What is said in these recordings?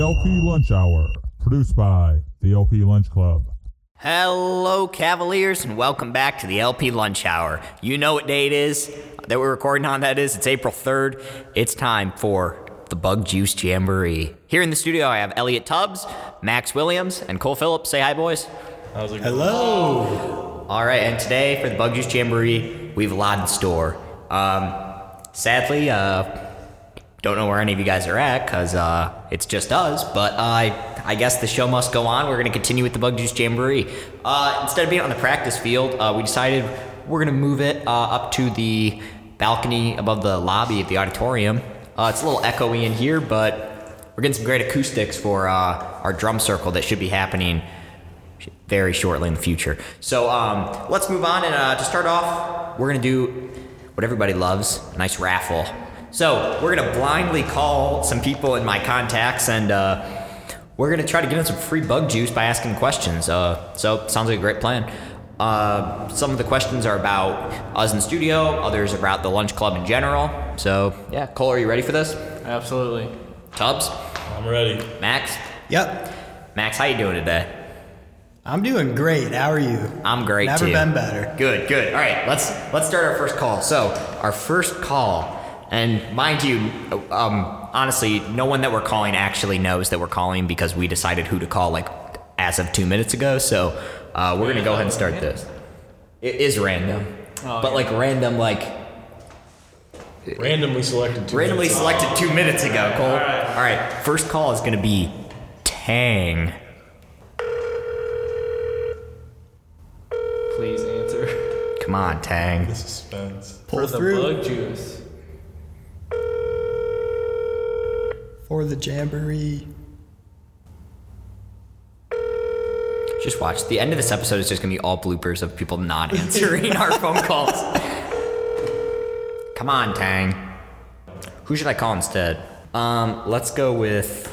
LP Lunch Hour, produced by the LP Lunch Club. Hello, Cavaliers, and welcome back to the LP Lunch Hour. You know what day it is that we're recording on, that is. It's April 3rd. It's time for the Bug Juice Jamboree. Here in the studio, I have Elliot Tubbs, Max Williams, and Cole Phillips. Say hi, boys. Hello. All right, and today for the Bug Juice Jamboree, we have a lot in store. Um, sadly, uh, don't know where any of you guys are at because uh, it's just us. But I, I guess the show must go on. We're gonna continue with the Bug Juice Jamboree. Uh, instead of being on the practice field, uh, we decided we're gonna move it uh, up to the balcony above the lobby of the auditorium. Uh, it's a little echoey in here, but we're getting some great acoustics for uh, our drum circle that should be happening very shortly in the future. So um, let's move on. And uh, to start off, we're going to do what everybody loves a nice raffle. So we're going to blindly call some people in my contacts and uh, we're going to try to get them some free bug juice by asking questions. Uh, so sounds like a great plan. Uh, some of the questions are about us in the studio, others about the lunch club in general. So, yeah, Cole, are you ready for this? Absolutely. Tubbs? I'm ready. Max? Yep. Max, how you doing today? I'm doing great. How are you? I'm great Never too. been better. Good, good. All right, let's let's start our first call. So our first call, and mind you, um, honestly, no one that we're calling actually knows that we're calling because we decided who to call like as of two minutes ago. So uh, we're gonna go ahead and start this. It is random, Oh, but yeah. like random, like Randomly selected two. randomly minutes. selected two minutes ago. Cole. All right, first call is gonna be Tang. Please answer. Come on, Tang. Suspense. Pull For the through bug juice. for the jamboree. Just watch. The end of this episode is just gonna be all bloopers of people not answering our phone calls. Come on, Tang. Who should I call instead? Um, let's go with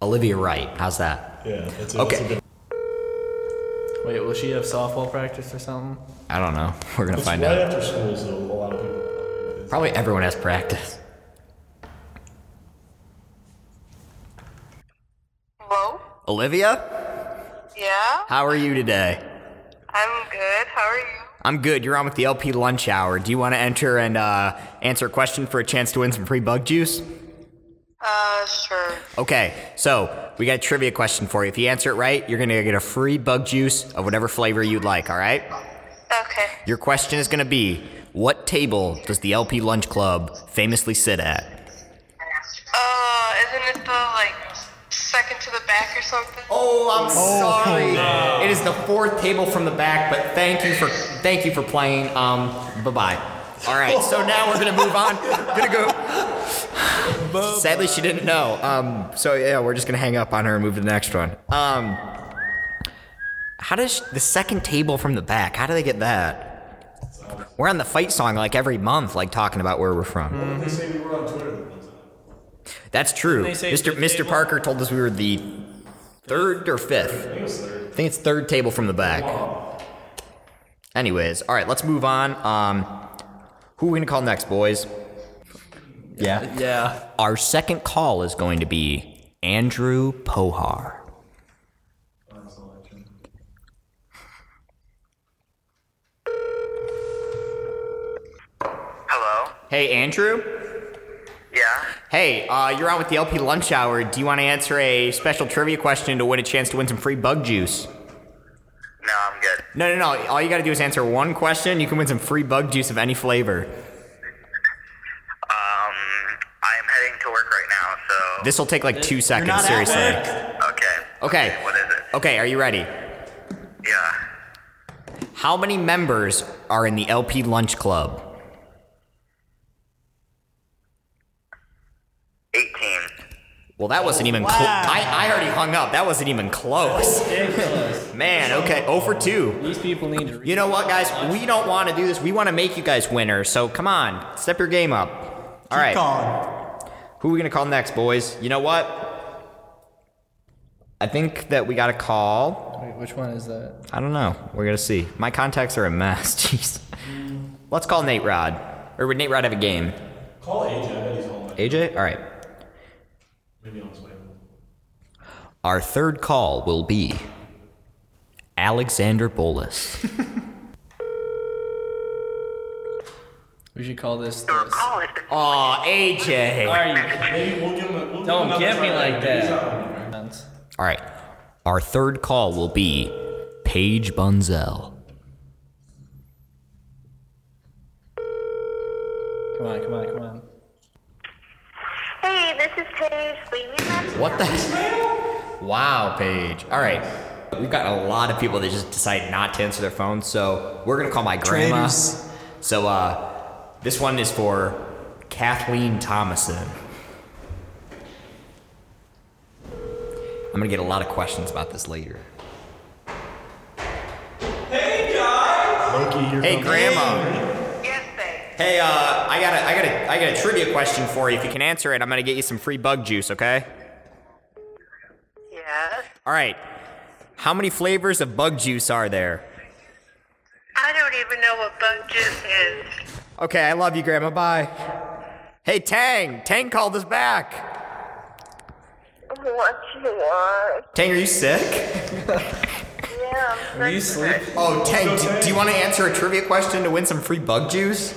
Olivia Wright. How's that? Yeah, that's a, Okay. That's a good. Wait, will she have softball practice or something? I don't know. We're gonna It's find right out. after school, so a lot of people. Probably everyone has practice. Hello? Olivia, Yeah? how are you today? I'm good. How are you? I'm good. You're on with the LP Lunch Hour. Do you want to enter and uh, answer a question for a chance to win some free bug juice? Uh, sure. Okay, so we got a trivia question for you. If you answer it right, you're gonna get a free bug juice of whatever flavor you'd like, all right? Okay. Your question is gonna be What table does the LP Lunch Club famously sit at? Uh, isn't it the, like, second to the back or something? Oh, I'm sorry. It is the fourth table from the back, but thank you for thank you for playing. Um, bye bye. All right, so now we're gonna move on. gonna go. Sadly, she didn't know. Um, so yeah, we're just gonna hang up on her and move to the next one. Um, how does the second table from the back? How do they get that? We're on the fight song like every month, like talking about where we're from. They say we were on Twitter. That's true. they say Mr. fifth Mr. table? Parker told us we were the third or fifth. I think it's third table from the back. Anyways, all right, let's move on. Um, who are we gonna call next, boys? Yeah. Yeah. Our second call is going to be Andrew Pohar. Hello? Hey, Andrew. Yeah? Hey, uh, you're on with the LP Lunch Hour. Do you want to answer a special trivia question to win a chance to win some free bug juice? No, I'm good. No, no, no. All you gotta do is answer one question. You can win some free bug juice of any flavor. Um, I'm heading to work right now, so. This will take like two seconds, not at seriously. okay. Okay. What is it? Okay, are you ready? Yeah. How many members are in the LP Lunch Club? 18. Well, that wasn't even close. I, I already hung up. That wasn't even close. Ridiculous. Man, okay, 0 for 2. These people need to. Read You know what, guys? We don't want to do this. We want to make you guys winners. So come on, step your game up. All right, Gone. who are we gonna call next, boys? You know what? I think that we gotta call. Wait, which one is that? I don't know. We're gonna see. My contacts are a mess. Jeez. Let's call Nate Rod. Or would Nate Rod have a game? Call AJ. I bet he's home. AJ? All right. Maybe on his way. Our third call will be Alexander Bolus. We should call this. Your this. call has been. Aw, AJ. Are you Maybe we'll give him. A, we'll give Don't him another get me try. like Maybe that. he's out on it, right? Nonsense. All right. Our third call will be Paige Bunzel. Come on, come on, come on. Hey, this is Paige. Leave me a message. What the? Wow, Paige. All right. We've got a lot of people that just decide not to answer their phones, so we're gonna call my grandma. Traitors. So, uh, this one is for Kathleen Thomason. I'm gonna get a lot of questions about this later. Loki, here Hey, comes- Grandma. Yes, babe. Hey, uh, I got a, I got a, I got a trivia question for you. If you can answer it, I'm gonna get you some free bug juice. Okay? Yes. All right. How many flavors of bug juice are there? I don't even know what bug juice is. Okay, I love you, Grandma. Bye. Hey, Tang. Tang called us back. What you want? Tang, are you sick? Yeah, I'm Are you sick. sleep? Oh, Tang, do, do you want to answer a trivia question to win some free bug juice?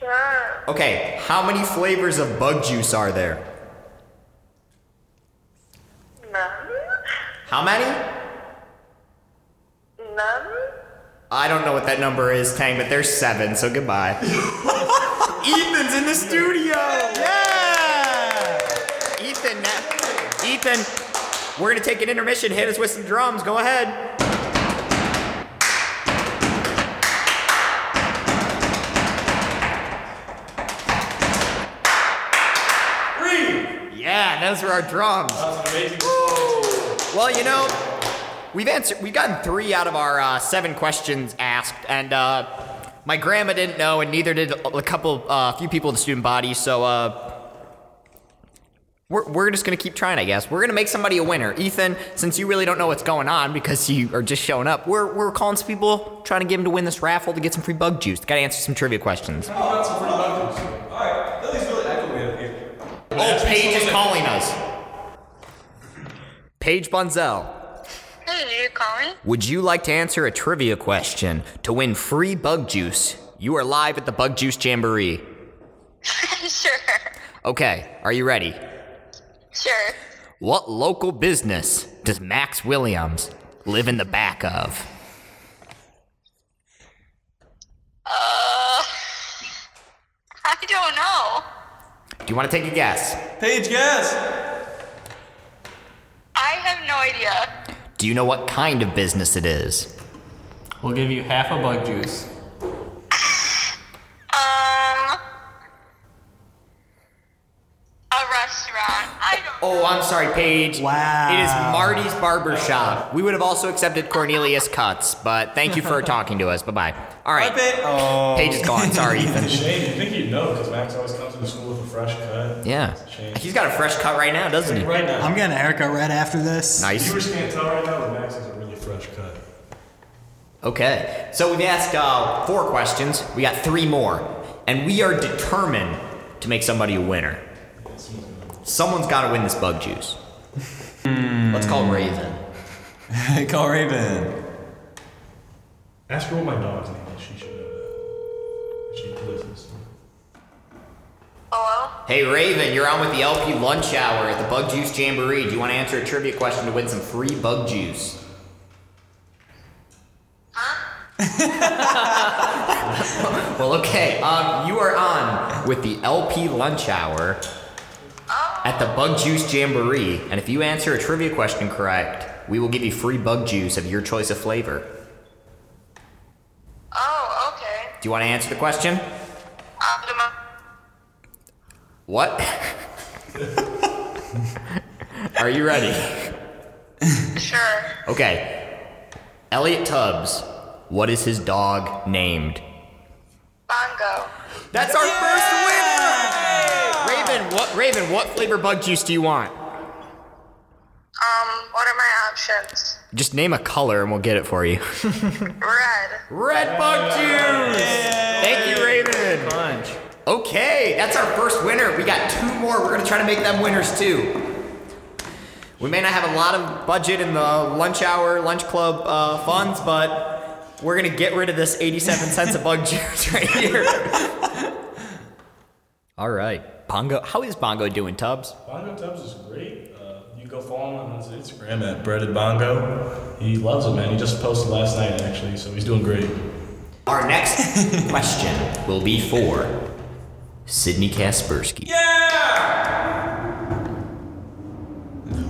Sure. Okay, how many flavors of bug juice are there? None? How many? None? I don't know what that number is, Tang, but there's seven, so goodbye. Ethan's in the studio! Yeah! Ethan, na- Ethan, we're gonna take an intermission. Hit us with some drums. Go ahead. Yeah, those were our drums. Well, you know, we've answered. We've gotten three out of our uh, seven questions asked, and uh, my grandma didn't know, and neither did a a couple, uh, a few people in the student body. So uh, we're we're just gonna keep trying, I guess. We're gonna make somebody a winner. Ethan, since you really don't know what's going on because you are just showing up, we're we're calling some people, trying to get them to win this raffle to get some free bug juice. Gotta answer some trivia questions. Oh, that's a pretty bug juice. All right, at least really echo me up here. Oh, Paige is calling us. Paige Bunzel. Hey, did you call me? Would you like to answer a trivia question to win free bug juice? You are live at the Bug Juice Jamboree. sure. Okay, are you ready? Sure. What local business does Max Williams live in the back of? Uh, I don't know. Do you want to take a guess? Paige, guess. I have no idea. Do you know what kind of business it is? We'll give you half a bug juice. Um, a restaurant. I don't. Oh, I'm sorry, Paige. Wow. It is Marty's Barber Shop. We would have also accepted Cornelius Cuts, but thank you for talking to us. Bye bye. All right. Paige is gone. Sorry, Ethan. Shane, you think you'd know because Max always comes into school with a fresh cut. Yeah. Shane. He's got a fresh cut right now, doesn't he? Right now, I'm getting a haircut right after this. Nice. you just can't tell right now, but Max has a really fresh cut. Okay, so we've asked uh, four questions. We got three more, and we are determined to make somebody a winner. Someone's got to win this bug juice. Let's call Raven. Call Raven. Ask her what my dog's name is. She should know that. She listens. Hello. Hey Raven, you're on with the LP Lunch Hour at the Bug Juice Jamboree. Do you want to answer a trivia question to win some free bug juice? well, okay. Um, you are on with the LP Lunch Hour at the Bug Juice Jamboree, and if you answer a trivia question correct, we will give you free bug juice of your choice of flavor. Do Oh, okay. you want to answer the question? Um, do my- What? are you ready? sure. Okay. Elliot Tubbs, what is his dog named? Bongo. That's our first winner! Raven, what Raven, what flavor bug juice do you want? Um, what are my options? Just name a color and we'll get it for you. Red. Red bug juice! Thank you, Raven. Punch. Okay, that's our first winner. We got two more. We're gonna try to make them winners too. We may not have a lot of budget in the lunch hour, lunch club uh, funds, but we're gonna get rid of this 87 cents a bug juice right here. All right, Bongo. How is Bongo doing, Tubbs? Bongo Tubbs is great. Uh, you go follow him on his Instagram at Breaded Bongo. He loves it, man. He just posted last night, actually, so he's doing great. Our next question will be for Sydney Kaspersky.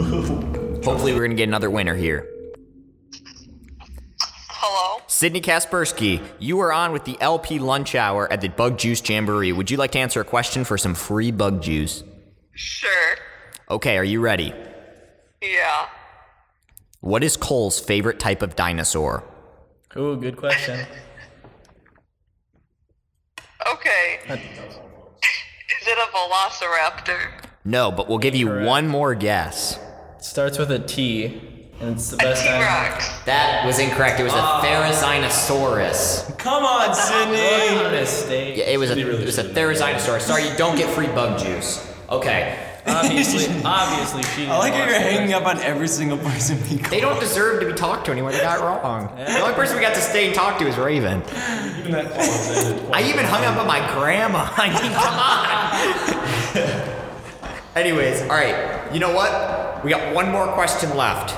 Hopefully, we're going to get another winner here. Hello? Sydney Kaspersky, you are on with the LP Lunch Hour at the Bug Juice Jamboree. Would you like to answer a question for some free bug juice? Sure. Okay, are you ready? Yeah. What is Cole's favorite type of dinosaur? Ooh, good question. Okay. Is it a velociraptor? No, but we'll give you one more guess. Starts with a T, and it's the best T I Rex. That was incorrect. It was a Therizinosaurus. Come on, Sydney. What a mistake. Yeah, it was a, it was a therizinosaur. Sorry, you don't get free bug juice. Okay. Obviously, obviously she. I like how you're hanging up on every single person we call. They don't deserve to be talked to anymore. They got it wrong. The only person we got to stay and talk to is Raven. Even that call is ended. I even hung up on my grandma. I mean, come on. Anyways, all right. You know what? We got one more question left.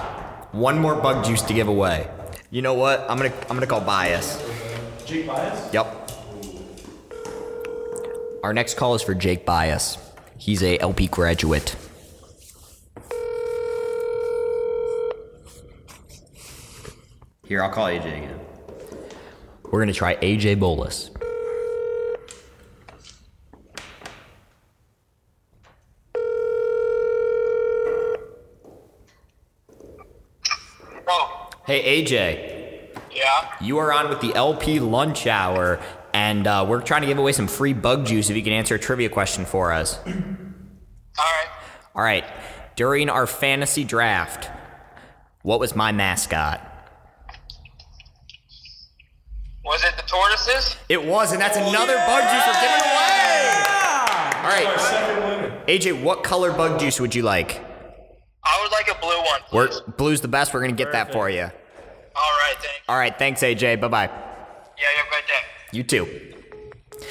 One more bug juice to give away. You know what? I'm gonna I'm gonna call bias. Jake Bias? Yep. Our next call is for Jake Bias. He's a LP graduate. Here, I'll call AJ again. We're gonna try AJ Bolus. Oh, Hey AJ, yeah. you are on with the LP Lunch Hour, and uh, we're trying to give away some free bug juice if you can answer a trivia question for us. Alright. All right. During our fantasy draft, what was my mascot? Was it the tortoises? It was, and that's another bug juice we're giving away. All right. AJ, what color bug juice would you like? I would like a blue one. We're, blue's the best. We're going to get that for you. Alright, thanks. All right. Thanks, AJ. Bye bye. Yeah, you have a great day. You too.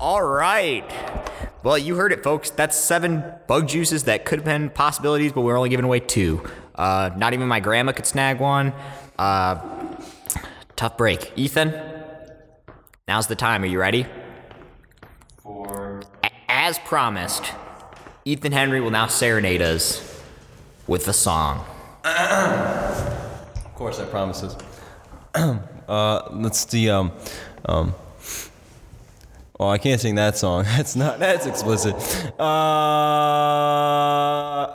All right. Well, you heard it, folks. That's seven bug juices that could have been possibilities, but we're only giving away two. Uh, not even my grandma could snag one. Uh, tough break. Ethan, now's the time. Are you ready? For. As promised, Ethan Henry will now serenade us with a song. Of course, I promises. uh, that's the um, um. Oh, I can't sing that song. That's not. That's explicit. Uh.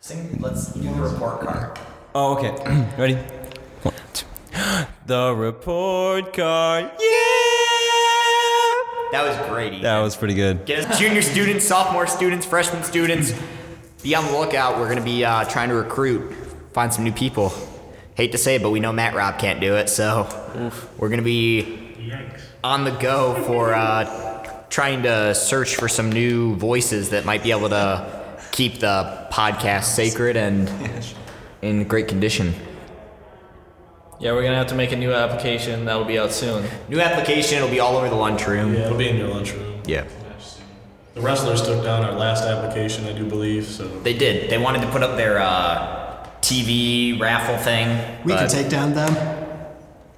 Sing, let's do the report card. Oh, okay. Ready? One, two. The report card. Yeah. That was great, Ethan. That was pretty good. Get us junior students, sophomore students, freshman students. Be on the lookout. We're going to be uh, trying to recruit, find some new people. Hate to say it, but we know Matt Rob can't do it, so we're going to be Yikes. on the go for uh, trying to search for some new voices that might be able to keep the podcast sacred and in great condition. Yeah, we're gonna have to make a new application that'll be out soon. New application, it'll be all over the lunchroom. Yeah, it'll be in your lunchroom. Yeah. The wrestlers took down our last application, I do believe, so. They did. They wanted to put up their uh, TV raffle thing. We can but- take down them.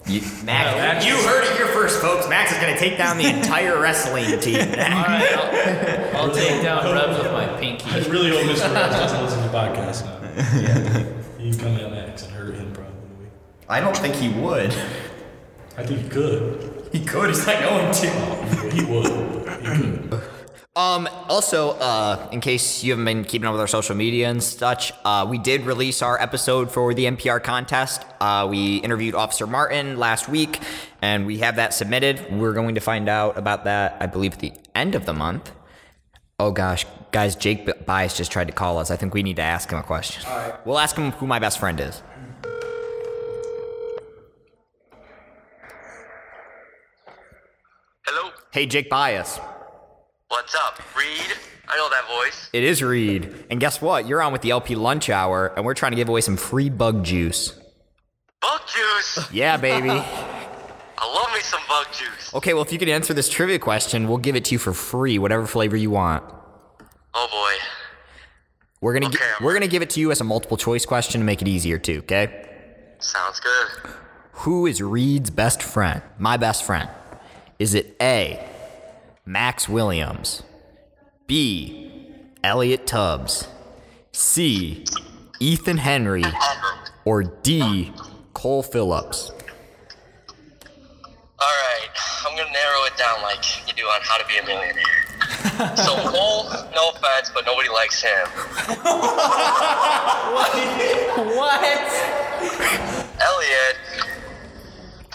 You, Max, you heard it here first, folks. Max is going to take down the entire wrestling team. All right, I'll, I'll take down rubs with my I pinky. really hope Mr. Rhodes doesn't listen to the podcast now. Yeah. You come at Max and hurt him probably. I don't think he would. I think he could. He could. He's not going to. He would. but He could. Um. Also, uh, in case you haven't been keeping up with our social media and such, uh, we did release our episode for the NPR contest. Uh, we interviewed Officer Martin last week, and we have that submitted. We're going to find out about that, I believe, at the end of the month. Oh gosh, guys, Jake B- Bias just tried to call us. I think we need to ask him a question. All right. We'll ask him who my best friend is. Hello? Hey, Jake Bias. What's up, Reed? I know that voice. It is Reed. And guess what? You're on with the LP Lunch Hour, and we're trying to give away some free bug juice. Bug juice. Yeah, baby. I love me some bug juice. okay, well, if you can answer this trivia question, we'll give it to you for free, whatever flavor you want. Oh boy. We're gonna gi- Okay, I'm we're gonna give it to you as a multiple choice question to make it easier too. Okay? Sounds good. Who is Reed's best friend? My best friend. Is it A. Max Williams, B. Elliot Tubbs, C. Ethan Henry, or D. Cole Phillips? All right, I'm gonna narrow it down like you do on How to Be a Millionaire. so Cole, no offense, but nobody likes him. What? Elliot.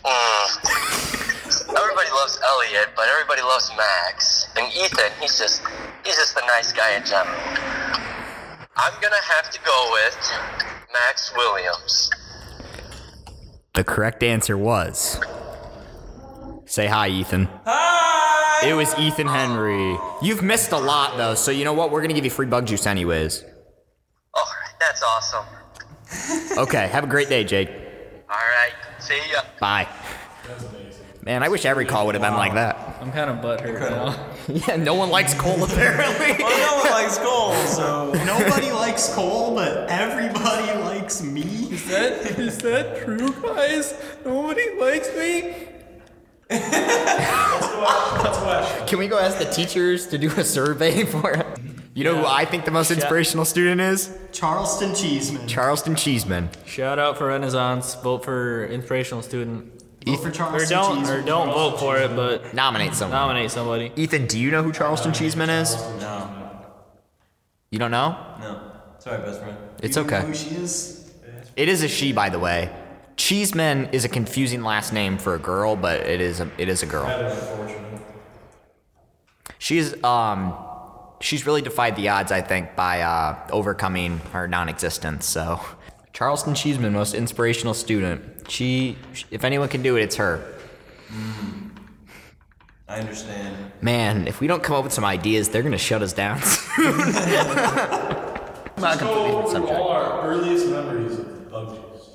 Mm. Everybody loves Elliot, but everybody loves Max. And Ethan, he's just he's just a nice guy in general. I'm gonna have to go with Max Williams. The correct answer was. Say hi, Ethan. Hi! It was Ethan Henry. You've missed a lot, though, so you know what? We're gonna give you free bug juice, anyways. Oh, that's awesome. Okay, have a great day, Jake. All right, see ya. Bye. Man, I wish every call would have been like that. I'm kind of butthurt now. Yeah, no one likes Cole apparently. Well, no one likes Cole, so Nobody likes Cole, but everybody likes me. Is that, is that true, guys? Nobody likes me? Can we go ask the teachers to do a survey for him? You know who I think the most inspirational student is? Charleston Cheeseman. Charleston Cheeseman. Shout out for Renaissance. Vote for inspirational student. Vote for Or Charleston don't Cheeseman. or don't vote for it, but Nominate someone. nominate somebody. Ethan, do you know who Charleston Cheeseman is? no, You don't know? no. Sorry, best friend. It's You know okay. Who she is? It is a she, by the way. Cheeseman is a confusing last name for a girl, but it is a it is a girl. She's um she's really defied the odds, I think, by uh, overcoming her non-existence. So, Charleston Cheeseman, most inspirational student. She, if anyone can do it, it's her. I understand. Man, if we don't come up with some ideas, they're gonna shut us down. Not completely the Go through subject. all our earliest memories of bug juice.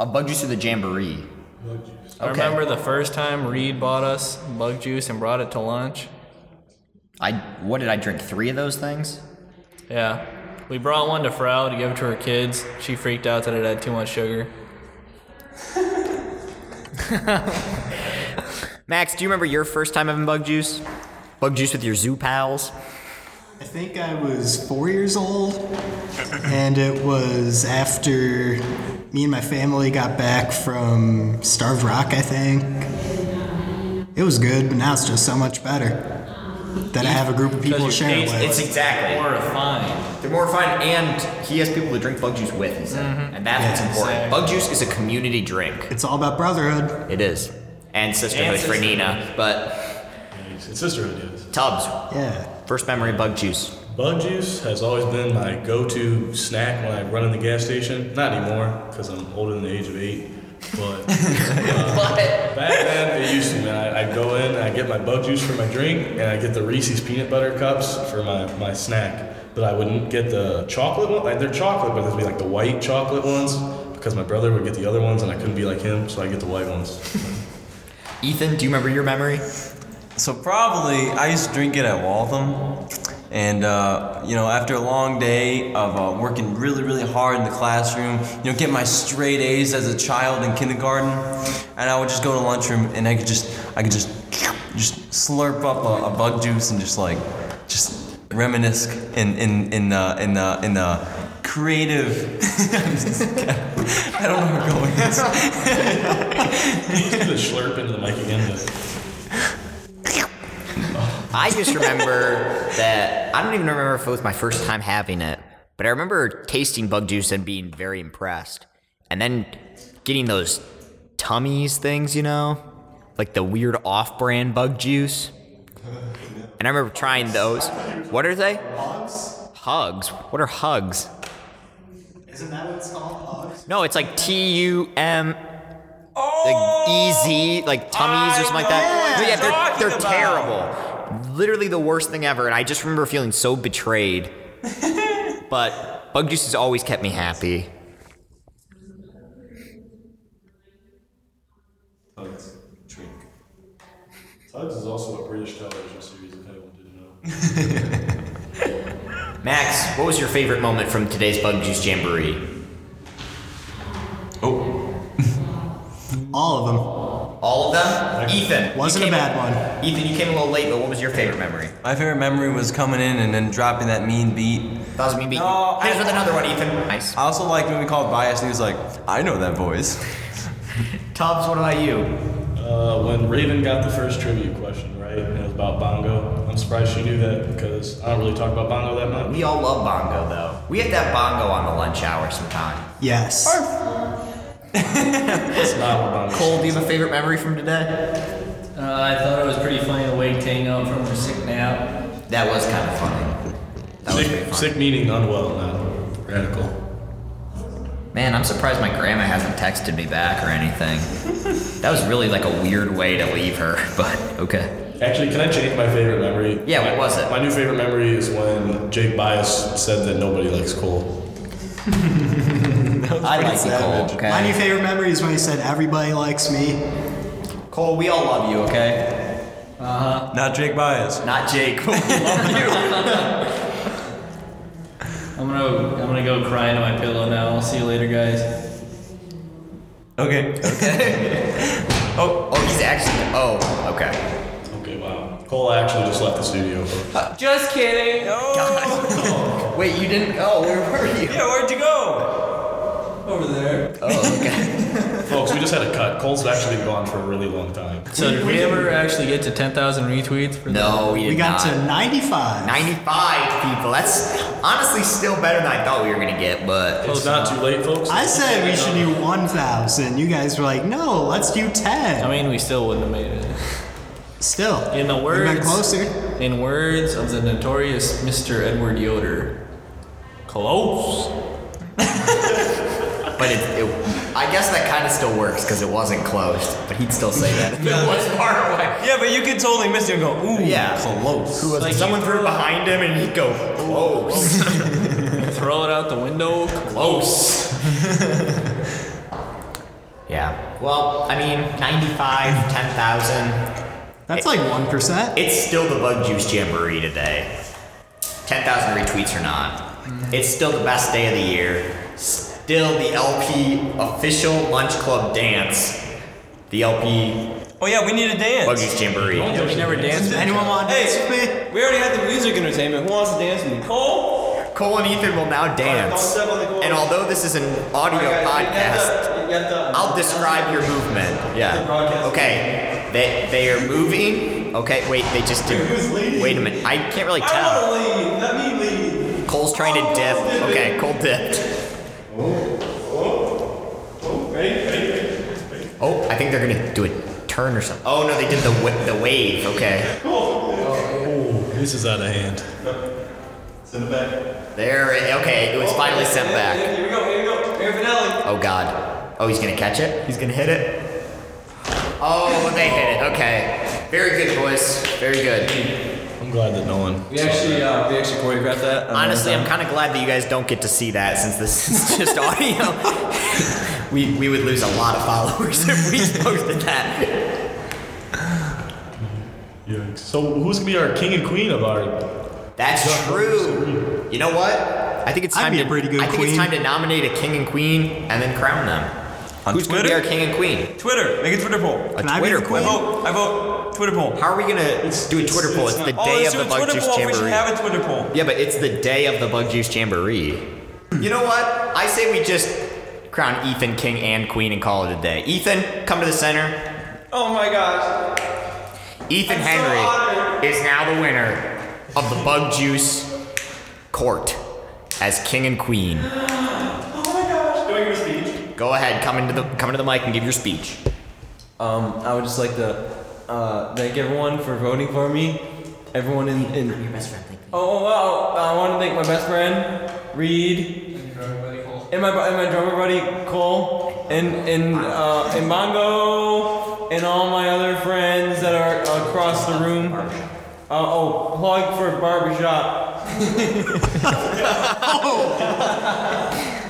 A bug juice or the jamboree. Bug juice. I remember the first time Reed bought us bug juice and brought it to lunch. I what did I drink? Three of those things. Yeah. We brought one to Frau to give it to her kids. She freaked out that it had too much sugar. Max, do you remember your first time having bug juice? Bug juice with your zoo pals? I think I was four years old, and it was after me and my family got back from Starved Rock, I think. It was good, but now it's just so much better that I have a group of people to share it with. exactly. More refined. They're more refined, and he has people to drink bug juice with, he said. And that's what's important. Bug juice is a community drink. It's all about brotherhood. It is. And sisterhood And for Nina. But It's sisterhood, yes. Tubbs, Yeah. first memory of bug juice. Bug juice has always been my go-to snack when I run in the gas station. Not anymore, because I'm older than the age of eight. But, uh, back then, it used to. Man, I, I'd go in, I'd get my bug juice for my drink, and I get the Reese's peanut butter cups for my, my snack. But I wouldn't get the chocolate one. Like they're chocolate, but there'd be like the white chocolate ones because my brother would get the other ones, and I couldn't be like him, so I get the white ones. Ethan, do you remember your memory? So probably I used to drink it at Waltham, and uh, you know after a long day of uh, working really really hard in the classroom, you know get my straight A's as a child in kindergarten, and I would just go to lunchroom and I could just I could just just slurp up a, a bug juice and just like just reminisce in in in uh, in uh, in uh, creative. I don't know where I'm going. with this. the slurp into the mic again. but- I just remember that I don't even remember if it was my first time having it, but I remember tasting bug juice and being very impressed. And then getting those tummies things, you know, like the weird off brand bug juice. And I remember trying those. What are they? Hugs. What are hugs? Isn't that what it's called? No, it's like T U M like easy, like tummies or something like that. know But what yeah, they're, you're they're talking Oh. terrible. Literally the worst thing ever. And I just remember feeling so betrayed. but bug juice has always kept me happy. Tugs. Drink. Tugs is also a British television series, if anyone didn't know. Max, what was your favorite moment from today's bug juice jamboree? Oh, All of All of them. Ethan, them. you Wasn't a came- bad one. Ethan, you came a little late, but what was your favorite memory? My favorite memory was coming in and then dropping that mean beat. That was me beating. No, Here's I- with another one, Ethan. Nice. I also liked when we called Bias and he was like, I know that voice. Tubbs, what about you? Uh, when Raven got the first trivia question, right, and it was about Bongo, I'm surprised she knew that because I don't really talk about Bongo that much. We all love bongo though. We have to have bongo on the lunch hour sometime. Yes. It's not what Bongo Cole, do you have a favorite memory from today? Uh, I thought it was pretty funny to wake Tango up from her sick nap. That was kind of funny. That was pretty Sick, fun. sick meaning unwell, not radical. Man, I'm surprised my grandma hasn't texted me back or anything. that was really like a weird way to leave her, but okay. Actually, can I change my favorite memory? Yeah, what My- was it? My new favorite memory is when Jake Bias said that nobody likes Cole. I like you, Cole. savage. Okay. My new favorite memory is when he said, Everybody likes me. Cole, we all love you. Okay. Not Jake Bias. Not Jake. Oh, but we love you. I'm gonna I'm gonna go cry into my pillow now. I'll see you later, guys. Okay. oh, oh, he's actually. Oh, okay. Okay, wow. Cole actually just left the studio. Just kidding. Wait, you didn't. Oh, where were you? Yeah, where'd you go? Over there. Oh, okay. Folks, we just had a cut. Cole's actually been gone for a really long time. So did we ever actually get to 10,000 retweets? For No, you did We got not. to 95. 95 people. That's honestly still better than I thought we were gonna get, but It's not too late, folks. I said we should do 1,000. You guys were like, no, let's do 10. I mean, we still wouldn't have made it. Still, In the we've been words, closer. in words of the notorious Mr. Edward Yoder, close. but it, it I guess that kind of still works because it wasn't closed. But he'd still say that. it was far away. Yeah, but you could totally miss him and go, ooh, Yeah. close. Like, someone threw it behind him and he'd go close, Throw it out the window, close. yeah. Well, I mean, 95, 10,000. That's like 1%. It's still the bug juice jamboree today. 10,000 retweets or not, it's still the best day of the year. Still the LP official lunch club dance. The LP Oh yeah, we need to Bug dance. Juice Jamboree. we never danced. Anyone want to dance Hey. with me? We already had the music entertainment. Who wants to dance with me? Cole? Cole and Ethan will now dance. And although this is an audio podcast, I'll describe your movement. Yeah. Okay. They they are moving. Okay. Wait. They just did. Wait a minute. I can't really tell. Let me leave. Cole's trying to dip. Okay. Cole dipped. Oh, I think they're gonna do a turn or something. Oh no, they did the wa- the wave. Okay. This is out of hand. There. it- Okay. It was finally sent back. Here we go, here we go. Air Finelli. Oh God. Oh, he's gonna catch it. He's gonna hit it. Oh, they hit it. Okay. Very good, boys. Very good. I'm glad that no one. We actually, uh, we actually choreographed that. Um, Honestly, I'm kind of glad that you guys don't get to see that since this is just audio. we we would lose a lot of followers if we posted that. Yikes. So who's gonna be our king and queen of our? That's true. You know what? I think it's I'd time be to a pretty good I think it's queen. time to nominate a king and queen and then crown them. On Who's Twitter? gonna be our king and queen? Twitter, make a Twitter poll. A Can I be Twitter the I queen? poll. vote, I vote. Twitter poll. How are we gonna do a Twitter poll? It's the oh, day of let's do the a Bug Twitter Juice poll. We should Jamboree. have a Twitter poll. Yeah, but it's the day of the Bug Juice Jamboree. You know what? I say we just crown Ethan king and queen and call it a day. Ethan, come to the center. Oh my gosh. Ethan I'm so honored. Henry is now the winner of the Bug Juice Court as king and queen. Oh my gosh. Do I give a speech? Go ahead, come into the come into the mic and give your speech. Um, I would just like to uh, thank everyone for voting for me. Everyone in, in your best friend. Oh, oh, oh, I want to thank my best friend, Reed, and my bu- and my drummer buddy Cole, and and uh, and Mongo and all my other friends that are across the room. Uh, oh, plug for barbershop.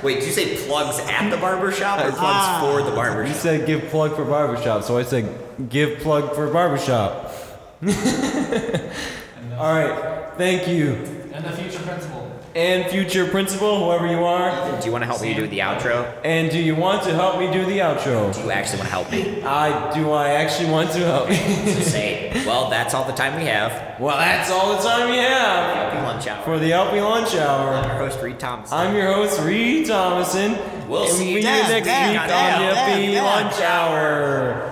Wait, did you say plugs at the barbershop or plugs Ah. for the You barbershop? said give plug for barbershop, so I said give plug for barbershop. All right, thank you. And the future principal. And future principal, whoever you are, Do you want to help me do the outro? and do you want to help me do the outro? Do you actually want to help me? I do. I actually want to help. Just say, well, that's all the time we have. well, that's all the time we have Happy lunch hour. for the LP lunch hour. Our host Reed Thompson. I'm your host, Reed Thomason. We'll and see we you Damn, next damn, week damn, on the LP damn, damn. lunch hour.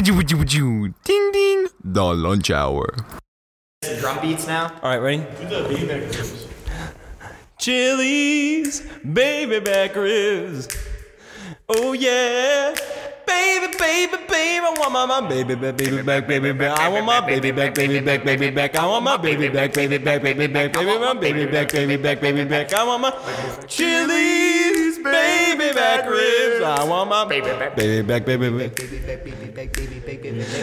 Ding ding. The lunch hour. Some drum beats now. All right, ready? Chili's baby back ribs. Oh yeah, baby, baby, baby. I want my, my baby back, baby back, baby back. I want my baby back, baby back, baby back. I want my baby back, baby back, baby back, baby my baby back, baby back, baby back. I want my Chili's baby back ribs. I want my baby back, baby back, baby back.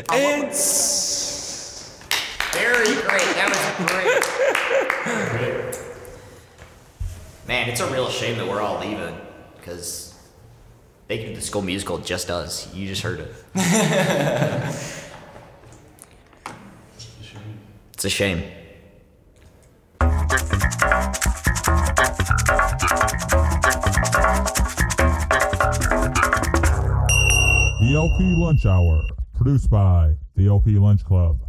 It's Very great. That was great. Man, it's a real shame that we're all leaving because they can do the school musical just us. You just heard it. it's a shame. The LP Lunch Hour, produced by the LP Lunch Club.